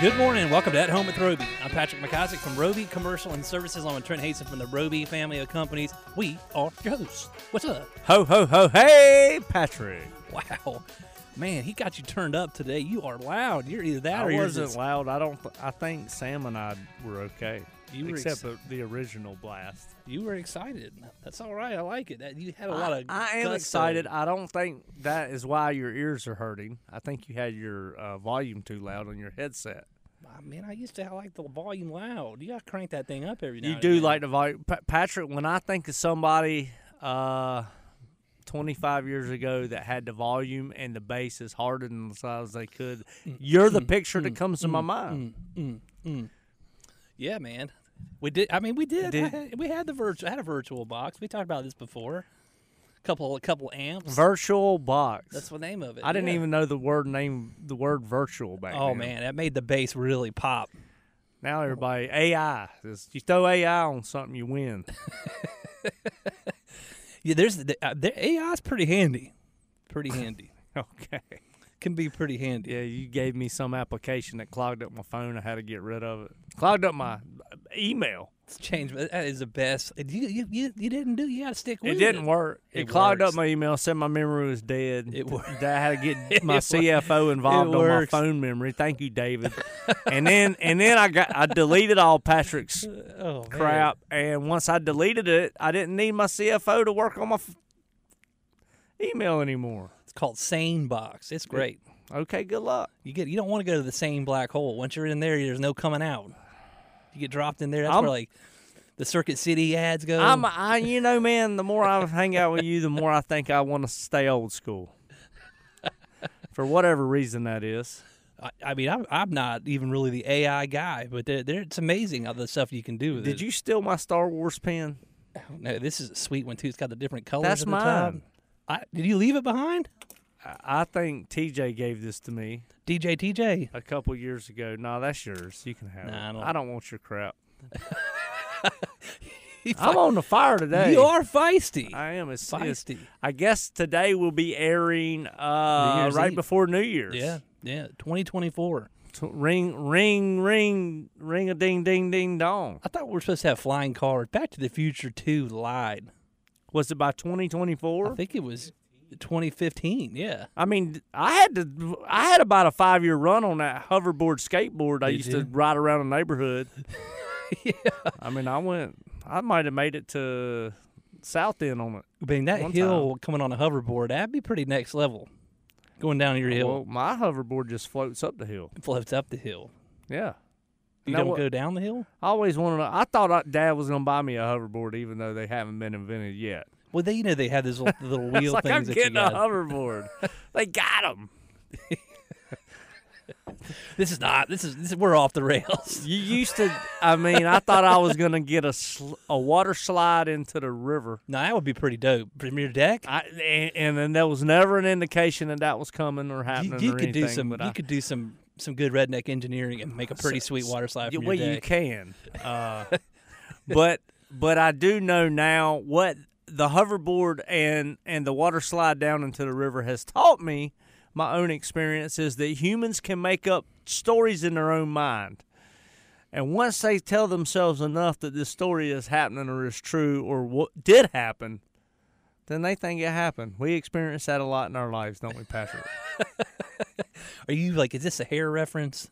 Good morning and welcome to At Home with Roby. I'm Patrick McIsaac from Roby Commercial and Services. I'm with Trent Hasen from the Roby family of companies. We are your hosts. What's up? Ho ho ho hey Patrick. Wow. Man, he got you turned up today. You are loud. You're either that or I you're wasn't just- loud. I don't. th- I think Sam and I were okay, You were ex- except the, the original blast. you were excited. That's all right. I like it. That you had a lot of I am gusto. excited. I don't think that is why your ears are hurting. I think you had your uh, volume too loud on your headset. Ah, man, I used to like the volume loud. You gotta crank that thing up every now You and do again. like the volume, pa- Patrick. When I think of somebody, uh, twenty five years ago that had the volume and the bass as hard and as loud as they could, you're the picture that comes to my mind. Yeah, man. We did. I mean, we did. Did- I had- we had the virtual. I had a virtual box. We talked about this before. Couple, a couple Mm. amps. Virtual box. That's the name of it. I didn't yeah. even know the word name, the word virtual back Oh then. man, that made the bass really pop. Now everybody AI. Is, you throw AI on something, you win. Yeah, there's the, uh, the AI's pretty handy. Pretty handy. okay. Can be pretty handy. Yeah, you gave me some application that clogged up my phone. I had to get rid of it. Clogged up my email. It's changed, but that is the best. And You, you, you, you didn't do. You got to stick with It it. didn't work. It, It clogged works. up my email. Said my memory was dead. It wor- That I had to get my wor- CFO involved it on my works. phone memory. Thank you, David. and then and then I got I deleted all Patrick's Oh, man. crap. And once I deleted it, I didn't need my CFO to work on my f- email anymore. It's called Sane Box. It's great. Okay, good luck. You get. You don't want to go to the same black hole. Once you're in there, there's no coming out. You get dropped in there. That's I'm- where like the Circuit City ads go. I'm, I, you know, man. The more I hang out with you, the more I think I want to stay old school. For whatever reason that is. I, I mean, I'm, I'm not even really the AI guy, but there, there, it's amazing all the stuff you can do with it. Did you steal my Star Wars pen? No, this is a sweet one too. It's got the different colors. That's at the top. mine. I, did you leave it behind? I I think TJ gave this to me DJ TJ. a couple years ago. No, that's yours. You can have Nah, I it. don't- I don't want your crap. I'm on the fire today. You are feisty. I am. It's, it's- Feisty. I guess today will be airing New uh, Year's right Eve. before New Year's. yeah, yeah. 2024. T- ring, ring, ring, ring a ding, ding, ding, dong. I thought we were supposed to have flying cars. Back to the Future 2 lied. Was it by I 2024? think it was 2015. Yeah. I mean, I had to. I had about a five year run on that hoverboard skateboard. I Did used you? to ride around the neighborhood. yeah. I mean, I went. I might have made it to South End on it. I mean, that One hill coming on a hoverboard, that'd be pretty next level. Going down your hill, Well, my hoverboard just floats up the hill. floats up the hill. Yeah. You Now don't what- go down the hill? I always wanted. To, I thought I, Dad was gonna buy me a hoverboard, even though they haven't been invented yet. Well, they, you know, they have these little, little wheel It's like things I'm that getting you a got. hoverboard. they got them. This is not. This is. This is we're off the rails. You used to. I mean, I thought I was gonna get a sl- a water slide into the river, Now that would be pretty dope. Premier deck. I, and, and then there was never an indication that that was coming or You, happening. you or could do anything, some. but You I- could do some some good redneck engineering and make a pretty sweet water slide Yeah, from well, your you deck. can. Uh, but but I do know now what the hoverboard and and the water slide down into the river has taught me. My own experience is that humans can make up stories in their own mind. And once they tell themselves enough that this story is happening or is true or what did happen, then they think it happened. We experience that a lot in our lives, don't we, Patrick? Are you like? Is this a hair reference?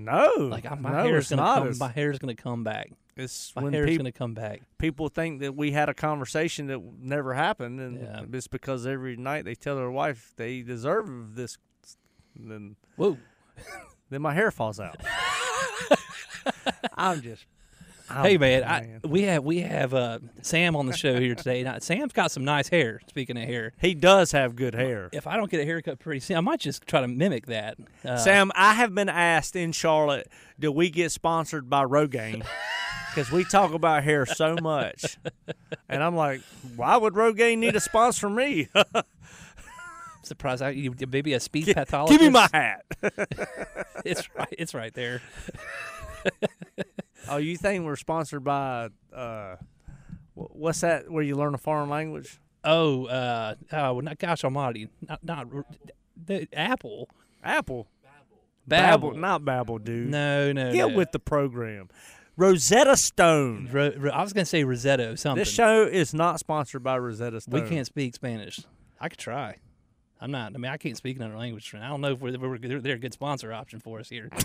no, Like I- my no, hair is it's gonna not. come. It's- My hair is gonna come back. it's My when hair is people gonna come back. people think that we had a conversation that never happened, and Yeah. it's because every night they tell their wife they deserve this, then Whoa. then my hair falls out. I'm just. I'm- Hey man, I, we have we have uh, Sam on the show here today. Now, Sam's got some nice hair. Speaking of hair, he does have good hair. if I don't get a haircut pretty soon, I might just try to mimic that. Uh, Sam, I have been asked in Charlotte, do we get sponsored by Rogaine? because we talk about hair so much, and I'm like, why would Rogaine need a sponsor from me? I'm surprised I, you, maybe a speech pathologist. Give me my hat. It's right. It's right there. oh, you think we're sponsored by? Uh, wh- what's that? Where you learn a foreign language? Oh, uh, oh, well, not, gosh almighty, not not r- the Apple. Apple. Babel. not Babel, dude. No, no. Get no. with the program. Rosetta Stone. Ro- ro- I was gonna say Rosetto something. This show is not sponsored by Rosetta we Stone. can't speak Spanish. I could try. I'm not. I mean, I can't speak another language. and I don't know if we're, we're they're, they're a good sponsor option for us here.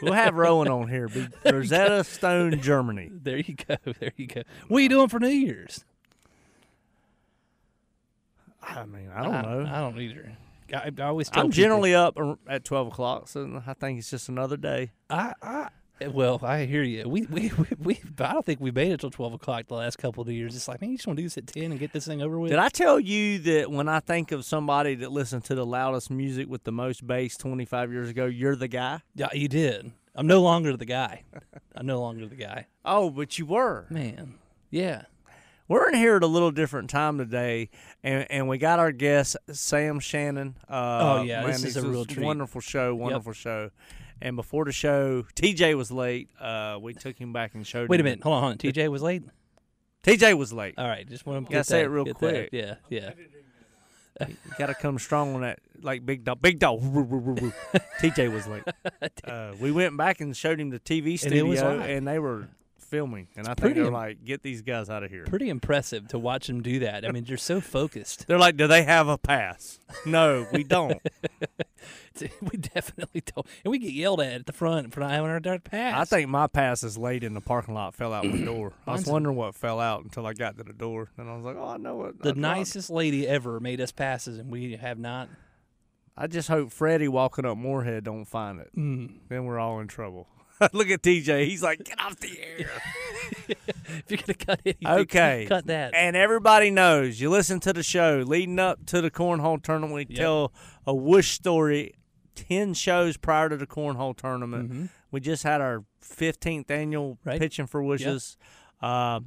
We'll have Rowan on here. Be Rosetta Stone, Germany. there you go. There you go. What are you doing for New Year's? I mean, I don't know. I, don't either. I, I always. Tell I'm people- generally up ar- at 12 o'clock, so I think it's just another day. I, I well, I hear you. We, we, we, we but I don't think we made it till twelve o'clock the last couple of years. It's like, man, you just want to do this at ten and get this thing over with. Did I tell you that when I think of somebody that listened to the loudest music with the most bass 25 years ago, you're the guy? Yeah, you did. I'm no longer the guy. I'm no longer the guy. Oh, but you were. Man, yeah. We're in here at a little different time today, and, and we got our guest, Sam Shannon. Uh, Oh, yeah, man, this is a real treat. Wonderful show, wonderful show. And before the show, TJ was late. Uh, we took him back and showed Wait a him. minute. Hold on. Hold on. TJ was late. TJ was late. All right. Just want to Gotta say it real quick. Yeah. Yeah. You gotta come strong on that, like big dog, big dog. Woo, woo, woo, woo. TJ was late. Uh, we went back and showed him the TV And it was studio, live. and, they were filming. And I think pretty they're im- like, "Get these guys out of here." Pretty impressive to watch him do that. I mean, you're so focused. They're like, "Do they have a pass?" no, we don't. we definitely don't. And we get yelled at at the front for not having our dark pass. I think my pass is laid in the parking lot. Fell out the door. I was Mine's- wondering what fell out until I got to the door, and I was like, "Oh, I know what." the I dropped." nicest lady ever made us passes, and we have not. I just hope Freddie walking up Moorhead don't find it. Mm. Then we're all in trouble. Look at TJ. He's like, "Get off the air." If you're gonna cut it, Okay. cut that. And everybody knows you listen to the show leading up to the cornhole tournament. We tell a whoosh story 10 shows prior to the cornhole tournament. We just had our 15th annual Mm-hmm. Right. Pitching for Wishes. Uh,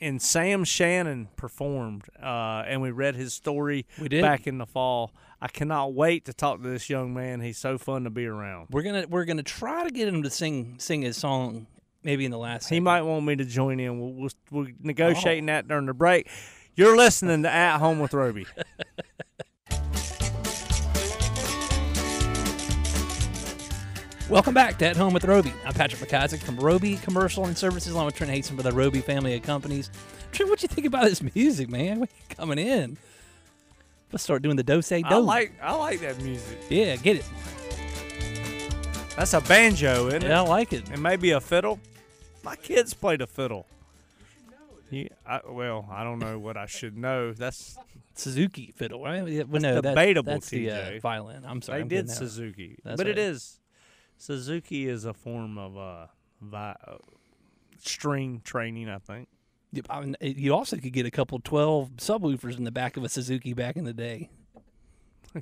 and Sam Shannon performed, uh, and we read his story We did. back in the fall. I cannot wait to talk to this young man. He's so fun to be around. We're gonna we're gonna try to get him to sing sing his song maybe in the last. He might want me to join in. We'll, we'll, we're Oh. negotiating that during the break. You're listening to At Home with Roby. Welcome back to At Home with Roby. I'm Patrick McIsaac from Roby Commercial and Services, along with Trent Hasten for the Roby family of companies. Trent, what you think about this music, man? What you coming in? Let's start doing the do say do. I like I like that music. Yeah, get it. That's a banjo, isn't Yeah, I it? like it. And maybe a fiddle. My kids play the fiddle. You, I, well, I don't know what I should know. That's Suzuki fiddle, right? Yeah, well, no, that- debatable, That's the uh, TJ. violin. I'm sorry. they I'm did getting that. Suzuki, That's but it right. is Suzuki is a form of uh, vi- uh, string training, I think. Yep, I mean, it- You also could get a couple twelve subwoofers in the back of a Suzuki back in the day.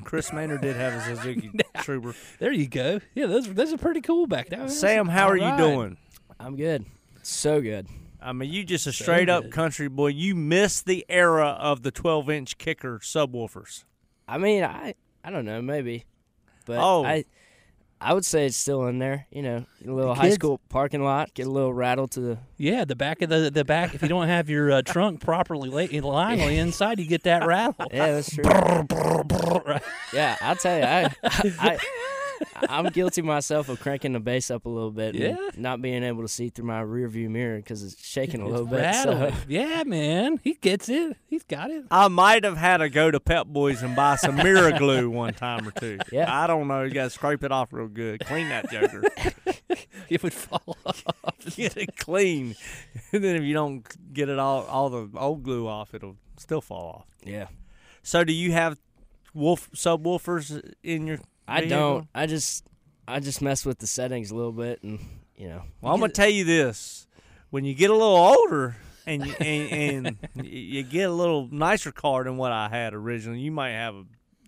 Chris Maynard did have a Suzuki Trooper. There you go. Yeah, those those are pretty cool back there. Sam, how are you Alright. doing? I'm good. So good. I mean, you just a straight up good. country boy. You missed the era of the 12 inch kicker subwoofers. I mean, I I don't know, maybe. But Oh. I I would say it's still in there, you know, a little high kids- school parking lot, get a little rattle to the Yeah, the back of the the back. If you don't have your uh, trunk properly laid in line on the inside, you get that rattle. Yeah, that's true. yeah, I'll tell you. I, I I'm guilty myself of cranking the bass up a little bit and Yeah? not being able to see through my rear view mirror cuz it's shaking a little bit. So Rattle. Yeah, man, he gets it. He's got it. I might have had to go to Pep Boys and buy some mirror glue one time or two. Yeah. I don't know. You got to scrape it off real good. Clean that joker. It would fall off. get it clean. And then if you don't get it all, all the old glue off, it'll still fall off. yeah. So do you have wolf subwoofers in your? I vehicle? don't. I just I just mess with the settings a little bit and, you know. Well, I'm gonna tell you this: when you get a little older and you, and, and y- you get a little nicer car than what I had originally, you might have a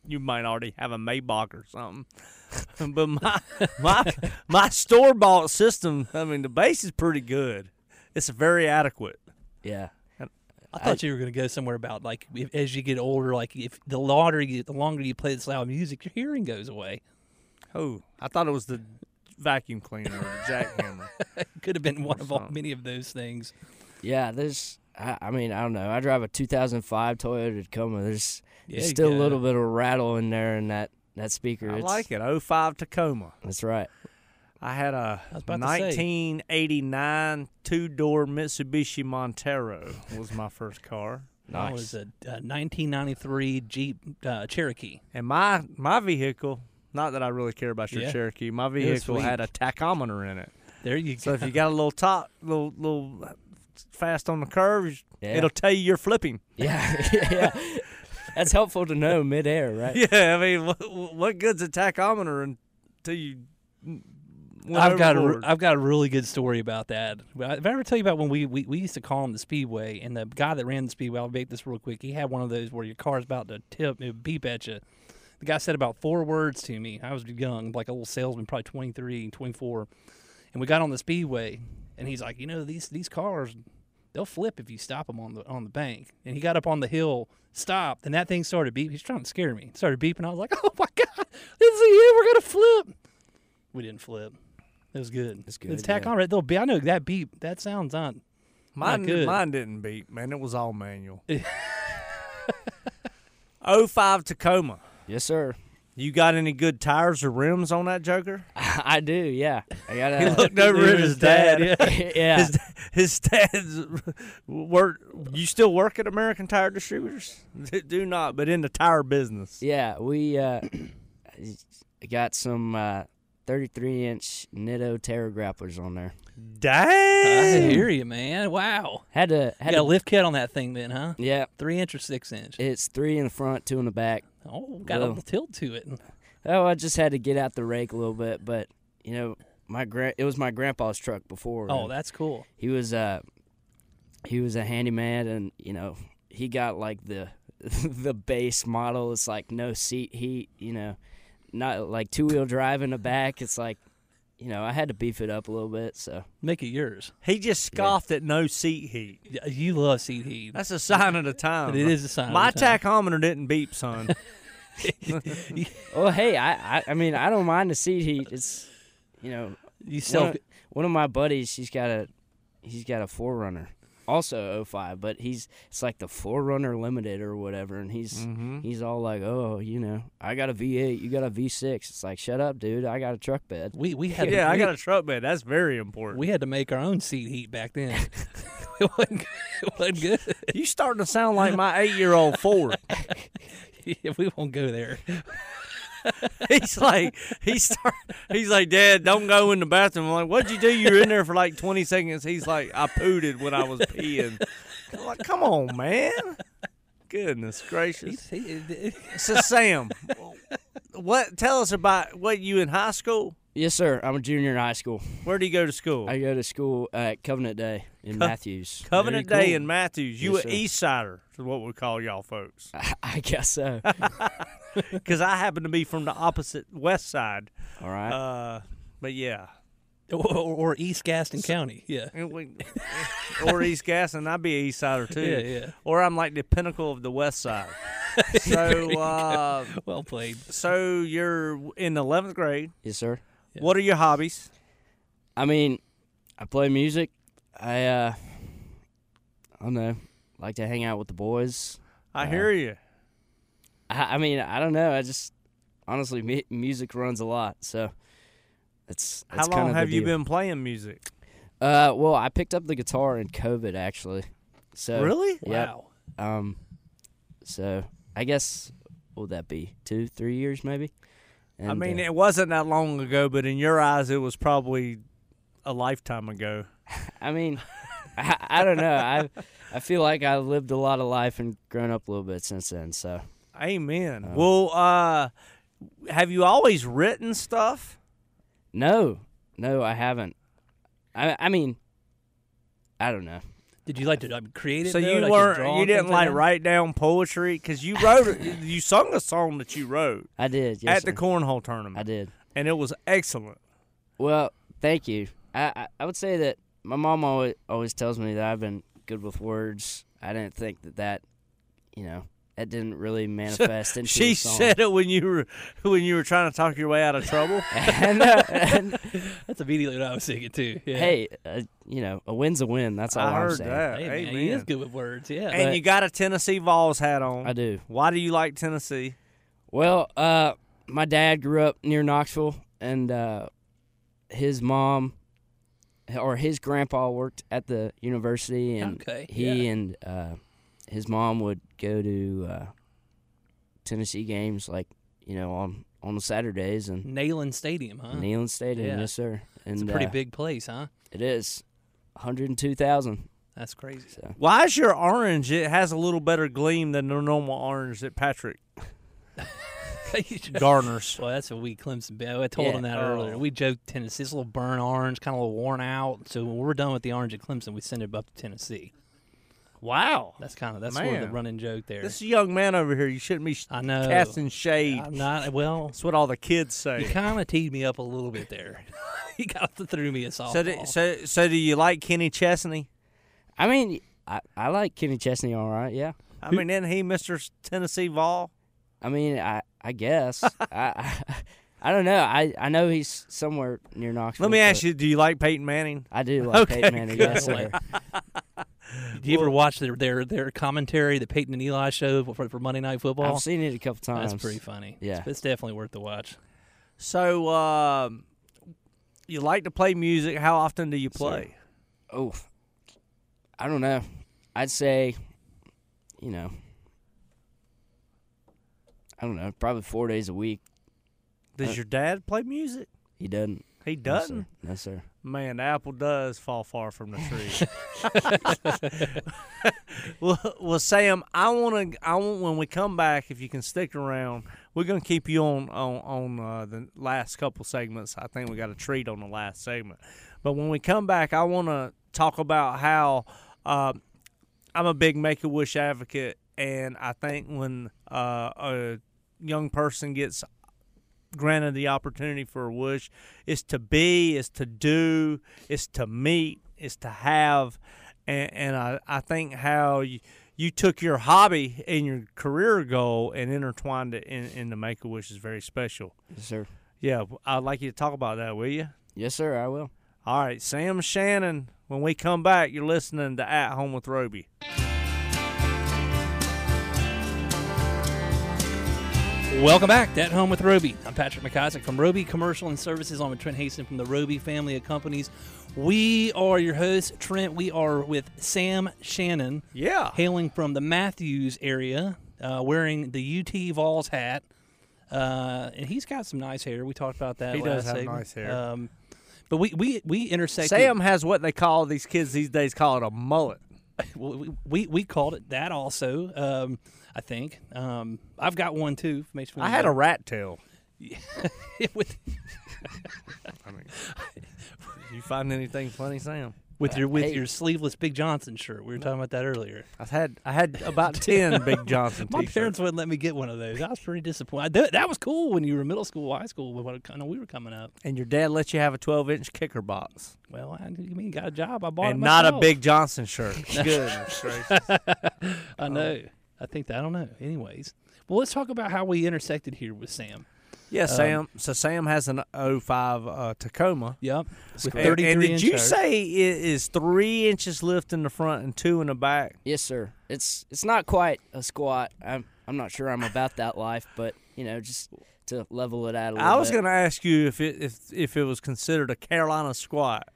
you might already have a Maybach or something. but my my my store bought system, I mean, the bass is pretty good. It's very adequate. Yeah. I thought you were going to go somewhere about like if, as you get older, like if the longer you, the longer you play this loud music, your hearing goes away. Oh, I thought it was the vacuum cleaner or the jackhammer. Could have been one of all, many of those things. Yeah, there's. I, I mean, I don't know. I drive a 2005 Toyota Tacoma. There's, Yeah, there's still yeah. a little bit of rattle in there in that that speaker. I It's- like it. 05 Tacoma. That's right. I had a was about to say. 1989 two door Mitsubishi Montero was my first car. Mine Nice. was a, uh 1993 Jeep uh, Cherokee. And my my vehicle, not that I really care about your Yeah. Cherokee, my vehicle sweet. had a tachometer in it. There you So go. if you got a little top, little little fast on the curves, Yeah. it'll tell you you're flipping. Yeah, yeah. That's helpful to know midair, right? Yeah, I mean, what, what good's a tachometer until you? went I've got a, re- overboard? I've got a really good story about that. Well, If I ever tell you about when we, we, we used to call him the Speedway, and the guy that ran the Speedway, I'll make this real quick. He had one of those where your car's about to tip, it would beep at you. The guy said about four words to me. I was young, like a little salesman, probably 23, 24. And we got on the Speedway, and he's like, you know, these these cars, they'll flip if you stop them on the on the bank. And he got up on the hill, stopped, and that thing started beeping. He's trying to scare me. It started beeping. I was like, oh my god, this is it. We're gonna flip. We didn't flip. It was good. It's good, The tack yeah. on right. They'll be. I know that beep. That sounds not. mine, good. mine didn't beat, man. It was all manual. 05 Tacoma. Yes, sir. You got any good tires or rims on that Joker? I do. Yeah. I got. He looked over at his dad. yeah. His, his dad's work. You still work at American Tire Distributors? Do not, but in the tire business. Yeah, we uh, got some uh, 33 inch Nitto Terra grapplers on there. I Dang. hear you, man. Wow. Had to Had had got a to, lift kit on that thing then, huh? yeah. Three inch or six inch. It's three in the front, two in the back. Oh, got a Well. little tilt to it. Oh, I just had to get out the rake a little bit, but you know, my gra- it was my grandpa's truck before. Oh, and that's cool. he was uh, he was a handyman, and you know, he got like the the base model. It's like no seat heat, you know, not like two wheel drive in the back. It's like, you know, I had to beef it up a little bit, so. Make it yours. He just scoffed at no seat heat. Yeah, You love seat heat. That's a sign of the time. It is a sign of My the time. tachometer didn't beep, son. Well, hey, I, I, I mean, I don't mind the seat heat. It's, you know, You one, still of, one of my buddies, she's got a, he's got a Forerunner, also 05, but he's, it's like the Forerunner Limited or whatever, and he's, Mm-hmm. he's all like, oh, you know, I got a V8, you got a V6. It's like, shut up, dude, I got a truck bed. we we had yeah, we, I got a truck bed. That's very important. we had to make our own seat heat back then. it, wasn't, it wasn't good. you starting to sound like my eight-year-old Ford. Yeah, we won't go there. he's like, he start, he's like, Dad, don't go in the bathroom. I'm like, what'd you do? You were in there for like 20 seconds. He's like, I pooted when I was peeing. I'm like, come on, man. Goodness gracious. So Sam, what? Tell us about what you in high school. Yes, sir, I'm a junior in high school. Where do you go to school? I go to school at Covenant Day in Matthews. Covenant Very Day cool. in Matthews. You Yes, a sir. East Sider is what we call y'all folks. I, I guess so. Because I happen to be from the opposite West Side. All right. Uh, but yeah, or, or East Gaston County. Yeah. And we- or East Gaston. I'd be an East Sider too. Yeah, yeah. Or I'm like the pinnacle of the West Side. so, uh, Well played. so you're in eleventh grade. yes, sir. What are your hobbies? I mean, I play music. I uh I don't know. Like to hang out with the boys. I hear you. I, I mean, I don't know. I just honestly mu- music runs a lot, so it's How long have you been playing music? been? Uh, well, I picked up the guitar in COVID actually. So Really? Yep. Wow. Um, so I guess what would that be two, three years maybe? I And, mean, uh, it wasn't that long ago, but in your eyes, it was probably a lifetime ago. I mean, I, I don't know. I I feel like I lived a lot of life and grown up a little bit since then. So Amen. well, uh, have you always written stuff? No, no, I haven't. I I mean, I don't know. Did you like to like, create it? So though? you Like, weren't, draw you didn't something? like write down poetry because you wrote, you sung a song that you wrote I did. Yes, at the sir. cornhole tournament, I did. and it was excellent. Well, thank you. I, I I would say that my mom always always tells me that I've been good with words. I didn't think that that, you know, that didn't really manifest into. She a song. said it when you were when you were trying to talk your way out of trouble. and, uh, and, That's immediately what I was thinking too. Yeah. hey, uh, you know, a win's a win. That's all I am heard saying. that. Hey, man, Amen. he is good with words. Yeah. and you got a Tennessee Vols hat on. I do. Why do you like Tennessee? Well, uh, my dad grew up near Knoxville, and uh, his mom or his grandpa worked at the university, and Okay, he yeah. and uh, his mom would go to uh, Tennessee games, like you know, on on the Saturdays and Nayland Stadium, huh? Neyland Stadium, Yeah. yes sir. And It's a pretty uh, big place, huh? It is, one hundred and two thousand. That's crazy. Why is your orange? It has a little better gleam than the normal orange that Patrick garners. Well, that's what we Clemson. bet. I told Yeah. him that Oh. earlier. We joked Tennessee. It's a little burnt orange, kind of a little worn out. So when we're done with the orange at Clemson, we send it up to Tennessee. Wow, That's kind of that's where the Man. running joke there. this young man over here, you shouldn't be sh- I know. casting shade. I'm not well. That's what all the kids You say. kind of teed me up a little bit there. he got threw me a softball. So, do, so, so do you like Kenny Chesney? I mean, I, I like Kenny Chesney, all right, yeah. I mean, isn't he Mister Tennessee Vol? I mean, I I guess I, I I don't know. I I know he's somewhere near Knoxville. Let me ask but you: Do you like Peyton Manning? I do like Okay, Peyton Manning. good. Yes, sir. Do you ever watch their their their commentary, the Peyton and Eli show for, for Monday Night Football? I've seen it a couple times. That's pretty funny. Yeah. it's, it's definitely worth the watch. So, um, you like to play music. How often do you play? Oh, I don't know. I'd say, you know, I don't know. Probably four days a week. Does your dad play music? He doesn't. He No, sir. doesn't. No, sir. Man, the apple does fall far from the tree. well, well, Sam, I want to. I want when we come back, if you can stick around, we're gonna keep you on on on uh, the last couple segments. I think we got a treat on the last segment, but when we come back, I want to talk about how uh, I'm a big Make a Wish advocate, and I think when uh, a young person gets granted the opportunity for a wish is to be, is to do, is to meet, is to have. And, and I, I think how you, you took your hobby and your career goal and intertwined it in, in the Make a Wish is very special. Yes, sir. Yeah, I'd like you to talk about that, will you? Yes, sir. I will. All right, Sam Shannon, when we come back, you're listening to At Home with Roby. Welcome back to At Home with Roby. I'm Patrick McIsaac from Roby Commercial and Services. I'm with Trent Haston from the Roby family of companies. We are your hosts, Trent. We are with Sam Shannon, Yeah. hailing from the Matthews area, uh, wearing the UT Vols hat. Uh, and he's got some nice hair. We talked about that. He last does have segment. nice hair. Um, but we we we intersected. Sam has what they call these kids these days call it a mullet. Well, we, we we called it that also. Um, I think um, I've got one too. Makes me I had a rat tail. with You find anything funny, Sam? with your with Hey. your sleeveless Big Johnson shirt. We were talking about that earlier. I've had I had about ten Big Johnson My t-shirts. parents wouldn't let me get one of those. I was pretty disappointed. That, that was cool when you were middle school, high school, when what- when we were coming up. and your dad let you have a 12 inch kicker box Well, I you mean got a job. I bought it and not a myself. Big Johnson shirt. Goodness gracious! I know. I think that, I don't know. Anyways, well, let's talk about how we intersected here with Sam. Yeah, Um, Sam. So Sam has an 05 uh, Tacoma. Yep, with And- And, thirty three did you say it is three inches lift in the front and two in the back? Yes, sir. It's it's not quite a squat. I'm I'm not sure I'm about that life, but you know, just to level it out a little I was bit. going to ask you if it if if it was considered a Carolina squat.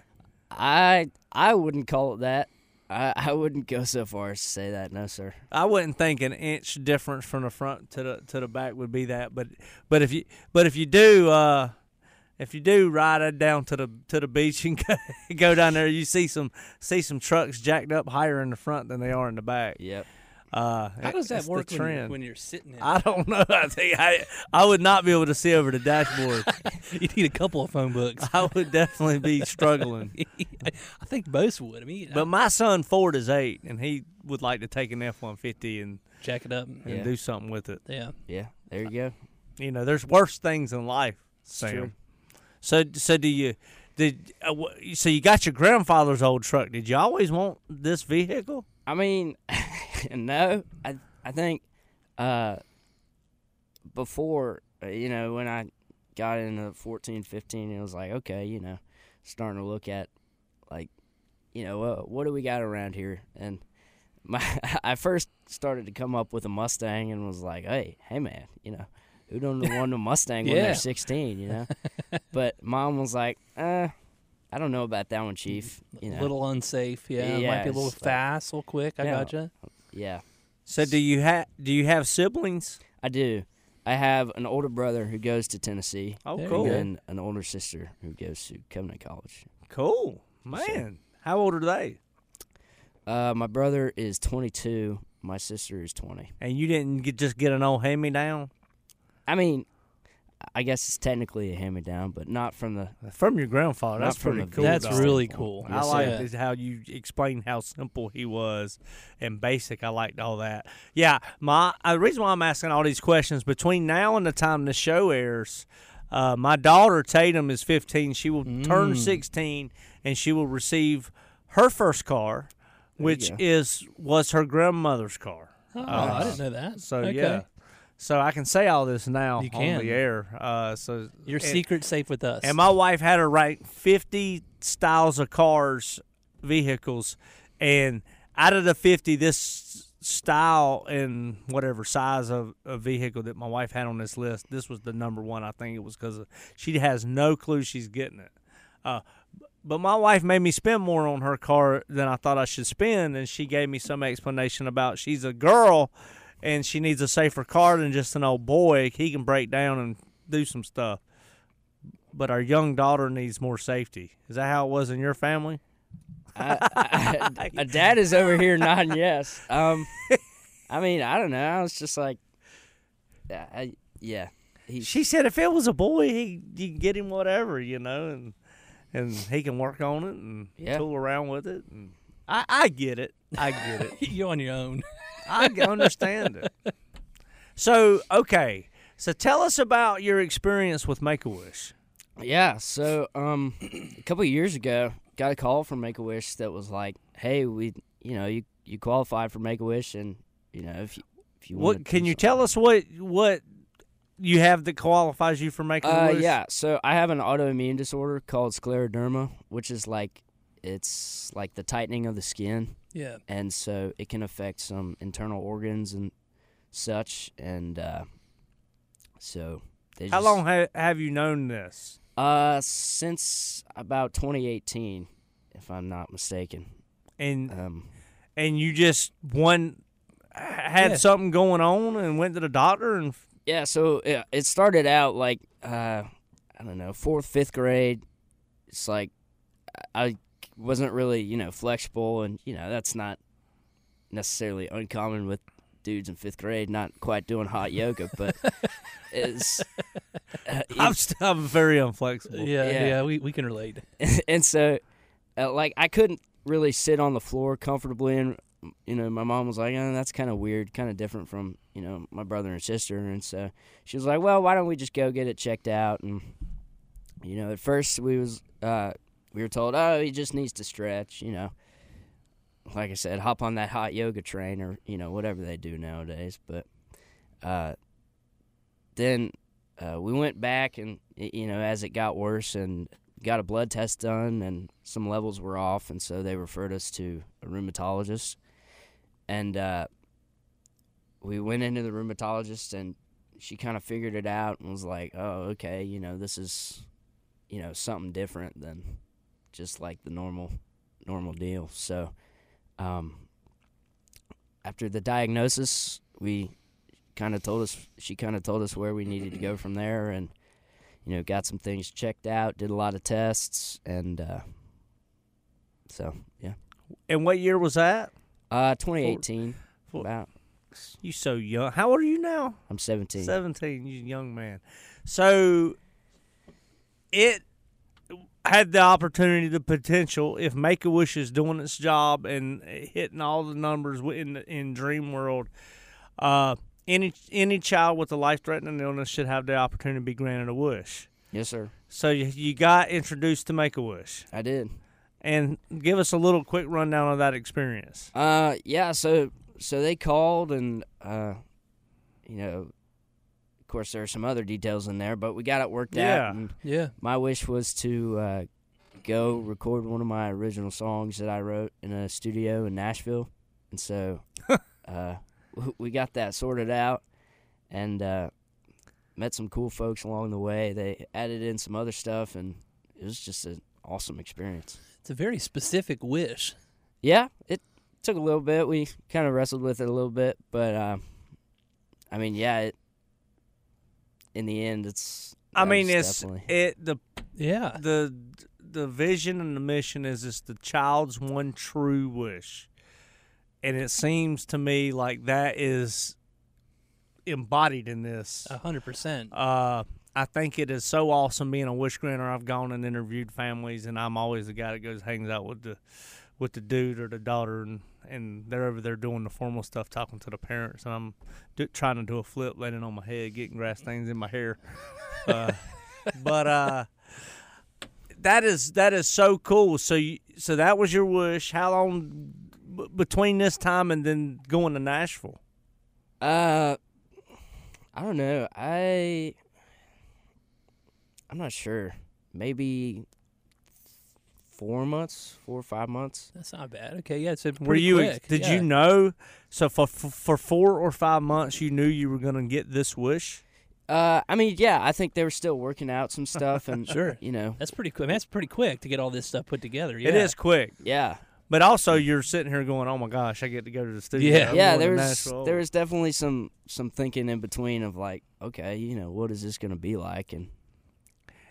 I I wouldn't call it that. I, I wouldn't go so far as to say that. No, sir. I wouldn't think an inch difference from the front to the to the back would be that, but but if you but if you do uh, if you do ride it down to the to the beach and go, go down there, you see some see some trucks jacked up higher in the front than they are in the back. Yep. Uh, How does that it's the work when you're, trend. when you're sitting? In? I don't know. I think I I would not be able to see over the dashboard. you need a couple of phone books. I would definitely be struggling. I think most would. I mean, But my son Ford is eight, and he would like to take an F one fifty and jack it up. and Yeah. do something with it. Yeah. Yeah. There you go. You know, there's worse things in life, Sam. true. So, so do you Did uh, wh- so? You got your grandfather's old truck. Did you always want this vehicle? I mean, no, I I think uh, before uh, you know when I got into 14, 15, it was like okay, you know, starting to look at like you know uh, what do we got around here and. My, I first started to come up with a Mustang and was like, "Hey, hey, man, you know, who don't want a Mustang when Yeah. they're 16, you know?" but mom was like, "Uh, I don't know about that one, Chief. You know, A little unsafe. Yeah, it might Yeah, be a little it's like- fast, a little quick. I Yeah. gotcha. yeah, So do you have do you have siblings? I do. I have an older brother who goes to Tennessee, Oh, There you cool, go. and an older sister who goes to Covenant College. cool, man. How old are they? Uh, my brother is 22. My sister is 20. And you didn't get, just get an old hand me down I mean, I guess it's technically a hand-me-down, but not from the. from your grandfather. Not That's from pretty the cool. That's dog. dog. really cool. I like Yeah. this, how you explained how simple he was and basic. I liked all that. Yeah, my uh, the reason why I'm asking all these questions between now and the time the show airs, uh, my daughter Tatum is 15. She will Mm. turn 16, and she will receive her first car, which go. is was her grandmother's car. Uh, Oh, I didn't know that. So Okay. yeah, so I can say all this now You on can. the air. Uh, so Your and- secret's safe with us. and my wife had her rank 50 styles of cars, vehicles, and out of the 50, this style and whatever size of a vehicle that my wife had on this list, this was the number one. I think it was because she has no clue she's getting it. Uh, but my wife made me spend more on her car than I thought I should spend, and she gave me some explanation about she's a girl and she needs a safer car than just an old boy. He can break down and do some stuff but our young daughter needs more safety. Is that how it was in your family? I, I, a dad is over here nodding yes. Um, I mean, I don't know. I was just like, yeah, I, yeah. He, She said if it was a boy, he you can get him whatever, you know, and and he can work on it and Yeah. tool around with it. And I, I get it. I get it. you on your own. I g- understand it. So okay, so tell us about your experience with Make a Wish. Yeah, so um, a couple of years ago, got a call from Make a Wish that was like, "Hey, we, you know, you you qualified for Make a Wish, and you know, if you if you wanna What do can you something." tell us? What what you have that qualifies you for Make a Uh, Wish? yeah, so I have an autoimmune disorder called scleroderma, which is like it's like the tightening of the skin, Yeah. and so it can affect some internal organs and such, and uh, so they How just- long ha- have you known this? Uh, since about 2018, if I'm not mistaken. And Um. and you just one h- had Yeah. something going on and went to the doctor and f- Yeah, so yeah, it started out like uh, I don't know, fourth, fifth grade. It's like I I wasn't really, you know, flexible, and you know that's not necessarily uncommon with dudes in fifth grade not quite doing hot yoga, but it's uh, I'm, st- I'm very unflexible. Yeah. Yeah. Yeah. we, we can relate. and so uh, like I couldn't really sit on the floor comfortably and you know my mom was like oh, that's kind of weird kind of different from you know my brother and sister and so she was like well why don't we just go get it checked out and you know at first we was uh we were told oh he just needs to stretch you know like I said hop on that hot yoga train or you know whatever they do nowadays but uh then uh, we went back and y- you know as it got worse and got a blood test done and some levels were off and so they referred us to a rheumatologist and uh, we went into the rheumatologist and she kind of figured it out and was like oh okay you know this is you know something different than just like the normal normal deal so um, after the diagnosis we kind of told us she kind of told us where we needed to go from there and you know, got some things checked out, did a lot of tests, and uh, so yeah. And what year was that? Uh, 2018. Four- about You so young. How old are you now? I'm 17. Seventeen. You young man. So it had the opportunity, the potential. If Make a Wish is doing its job and hitting all the numbers wi- in in Dream World, uh, any any child with a life threatening illness should have the opportunity to be granted a wish. Yes, sir. So you, you got introduced to Make a Wish, I did. and give us a little quick rundown of that experience. Uh, yeah. So so they called and uh, you know, of course there are some other details in there, but we got it worked Yeah. out. And Yeah. my wish was to uh, go record one of my original songs that I wrote in a studio in Nashville, and so uh, w- we got that sorted out, and uh, met some cool folks along the way. They added in some other stuff, and it was just an awesome experience. It's a very specific wish. Yeah, it took a little bit. We kind of wrestled with it a little bit, but uh, I mean, yeah, it, in the end, it's. I that mean, was it's definitely- it the Yeah. the the vision and the mission is it's the child's one true wish, and it seems to me like that is embodied in this. A hundred percent. Uh, I think it is so awesome being a wish granter. I've gone and interviewed families, and I'm always the guy that goes hangs out with the with the dude or the daughter, and and they're over there doing the formal stuff, talking to the parents, and I'm do, trying to do a flip, landing on my head, getting grass stains in my hair. Uh, but uh, that is that is so cool. So you, so that was your wish. How long b- between this time and then going to Nashville? Uh, I don't know. I I'm not sure. Maybe four months, four or five months. That's not bad. Okay. Yeah. It's a Were you? ex- Quick. Did yeah. you know? So for for four or five months, you knew you were going to get this wish. Uh, I mean, yeah, I think they were still working out some stuff, and Sure. you know, That's pretty quick. That's pretty quick to get all this stuff put together. Yeah. It is quick, yeah, but also you're sitting here going, "Oh my gosh, I get to go to the studio." Yeah. I'm yeah. going There to was Nashville." there was definitely some some thinking in between of like, okay, you know, what is this gonna be like? And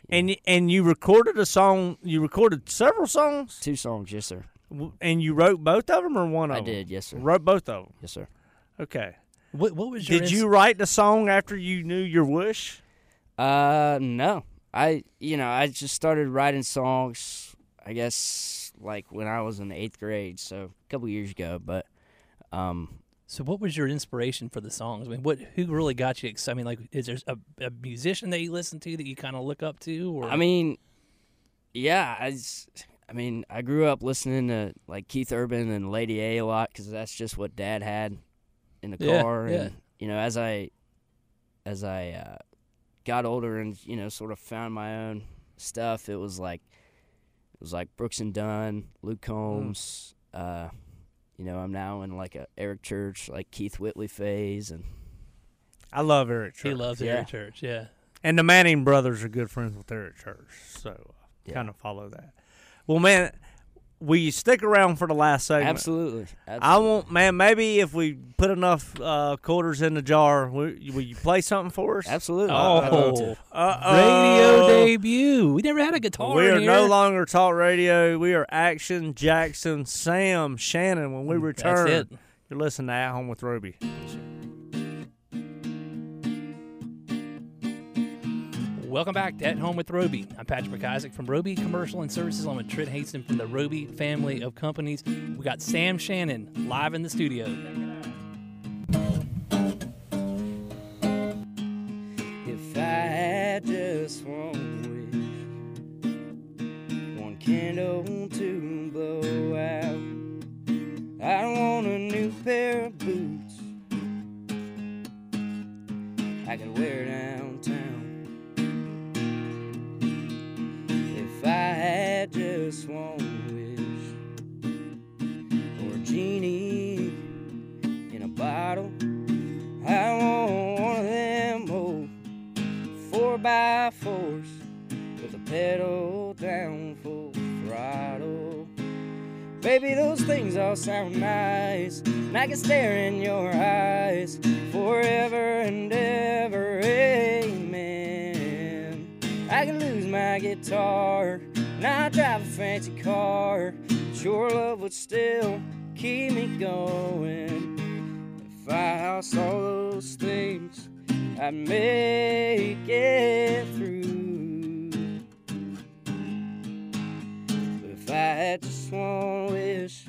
and y- and you recorded a song. You recorded several songs, two songs, yes sir. w- and you wrote both of them or one of I them. did, yes sir, Wrote both of them. yes sir. Okay. What, what was your? did ins- you write the song after you knew your wish? Uh, no. I, you know, I just started writing songs, I guess, like when I was in eighth grade, so a couple years ago. But, um, So, what was your inspiration for the songs? I mean, what who really got you excited? I mean, like, is there a, a musician that you listen to that you kind of look up to? Or I mean, yeah, I, s- I mean, I grew up listening to like Keith Urban and Lady A a lot because that's just what Dad had in the Yeah, car, yeah. and you know, as I, as I uh, got older and you know, sort of found my own stuff, it was like, it was like Brooks and Dunn, Luke Hmm. Combs. Uh, you know, I'm now in like a Eric Church, like Keith Whitley phase, and I love Eric he Church, loves Yeah. Eric Church. Yeah, and the Manning brothers are good friends with Eric Church, so Yeah. kind of follow that. Well, man, will you stick around for the last segment? absolutely, I absolutely. want, man. Maybe if we put enough uh, quarters in the jar, will, will you play something for us? Absolutely. I'd love to. Oh, radio Uh-oh. debut. We never had a guitar. Uh, We in are here. no longer talk radio. We are Action Jackson, Sam, Shannon. When we return, it. you're listening to At Home with Roby. Welcome back to At Home with Roby. I'm Patrick McIsaac from Roby Commercial and Services. I'm with Trent Haston from the Roby family of companies. We got Sam Shannon live in the studio. If I had just one wish, one candle to blow out, I want a new pair of boots I could wear downtown. If I had just one wish, or a genie in a bottle. I want one of them old four by fours with a pedal down full throttle. Baby, those things all sound nice, and I can stare in your eyes forever and ever. Amen. I can lose my guitar, and I drive a fancy car, but your love would still keep me going. If I house all those things, I'd make it through. But if I had just one wish,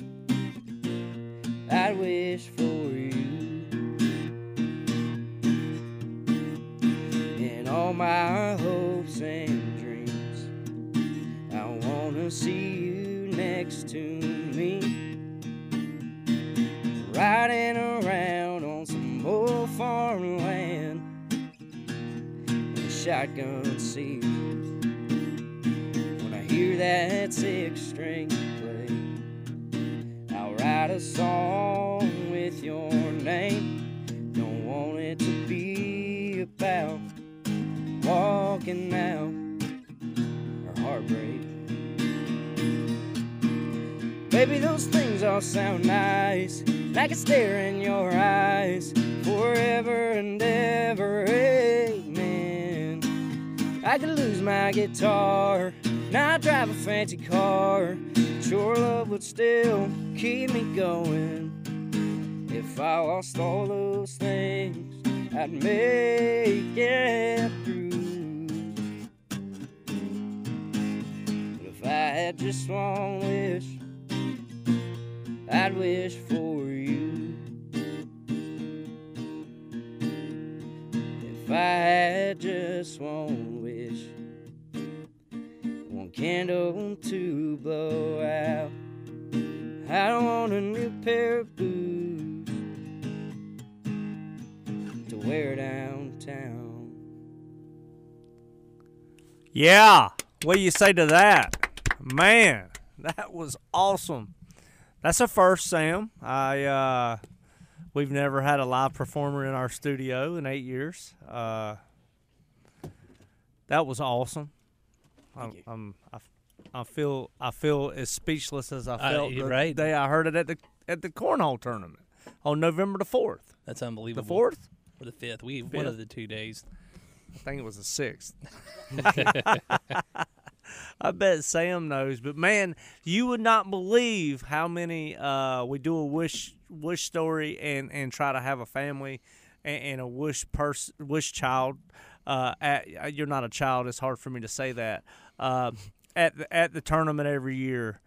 I'd wish for you. And all my hopes and see you next to me. Riding around on some old farmland. in a Shotgun seat. When I hear that six string play, I'll write a song with your name. Don't want it to be about walking out or heartbreak. Baby, those things all sound nice. And I can stare in your eyes forever and ever. Amen. I could lose my guitar, not drive a fancy car. But your love would still keep me going. If I lost all those things, I'd make it through. But if I had just one wish, I'd wish for you. If I had just one wish, one candle to blow out. I don't want a new pair of boots to wear downtown. Yeah. What do you say to that? Man, that was awesome. That's a first, Sam. I uh we've never had a live performer in our studio in 8 years. Uh That was awesome. I'm, I'm I, f- I feel I feel as speechless as I Uh, felt you're the right. day I heard it at the at the cornhole tournament on November the 4th. That's The unbelievable. 4th? or the fifth. We one of the two days. I think it was the sixth. I bet Sam knows, but man, you would not believe how many uh, we do a wish wish story and and try to have a family and, and a wish person wish child. Uh, at, uh, you're not a child. It's hard for me to say that. Uh, at the, at the tournament every year,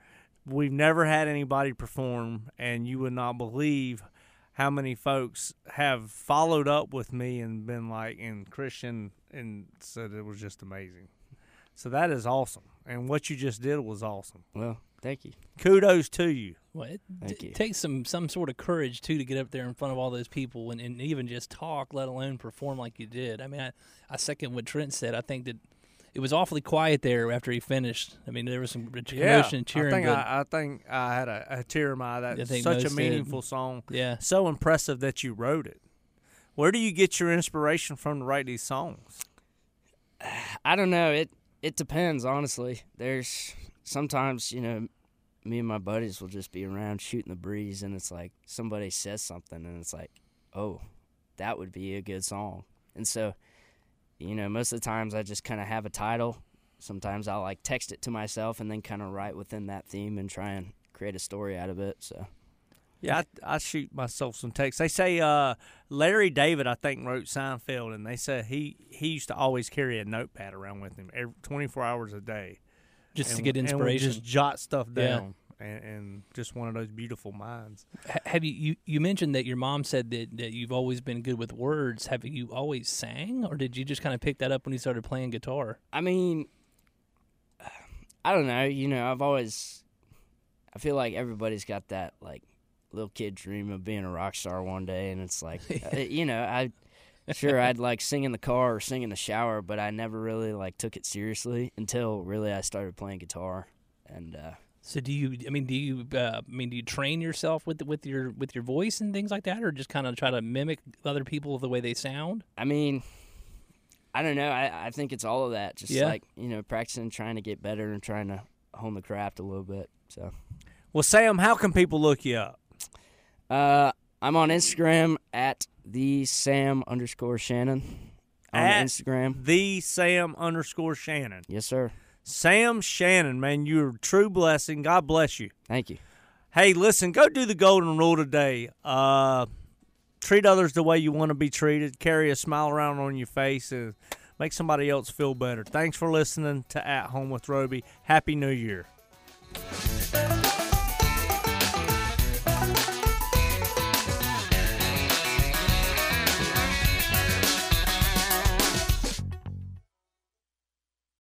we've never had anybody perform, and you would not believe how many folks have followed up with me and been like and Christian and said it was just amazing. So that is awesome. And what you just did was awesome. Well, thank you. Kudos to you. Well, it Thank t- you. takes some some sort of courage too to get up there in front of all those people and, and even just talk, let alone perform like you did. I mean, I, I second what Trent said. I think that it was awfully quiet there after he finished. I mean, there was some commotion and cheering. I think but I, I think I had a, a tear in my eye. I That's think such a most did. meaningful song. yeah, So impressive that you wrote it. Where do you get your inspiration from to write these songs? I don't know. It it depends, honestly. There's sometimes you know, me and my buddies will just be around shooting the breeze, and it's like somebody says something, and it's like, oh, that would be a good song. And so, you know, most of the times I just kind of have a title. Sometimes I'll like text it to myself and then kind of write within that theme and try and create a story out of it. So Yeah, I, I shoot myself some texts. They say uh, Larry David, I think, wrote Seinfeld, and they said he he used to always carry a notepad around with him every 24 hours a day, just to And- get and would inspiration. just jot stuff Yeah. down, and, and just one of those beautiful minds. Ha- Have you, you you mentioned that your mom said that, that you've always been good with words? Have you always sang, or did you just kind of pick that up when you started playing guitar? I mean, I don't know. You know, I've always, I feel like everybody's got that like little kid dream of being a rock star one day, and it's like, uh, you know, I sure I'd like sing in the car or sing in the shower, but I never really like took it seriously until really I started playing guitar, and uh, So do you? I mean, do you? Uh, I mean, do you train yourself with with your with your voice and things like that, or just kind of try to mimic other people the way they sound? I mean, I don't know. I, I think it's all of that. Just Yeah. like you know, practicing, trying to get better, and trying to hone the craft a little bit. So. Well, Sam, how can people look you up? Uh, I'm on Instagram at the Sam underscore Shannon on At- Instagram. The Sam underscore Shannon. Yes, sir. Sam Shannon, man, you're a true blessing. God bless you. Thank you. Hey, listen, go do the golden rule today. Uh, treat others the way you want to be treated. Carry a smile around on your face and make somebody else feel better. Thanks for listening to At Home with Roby. Happy New Year.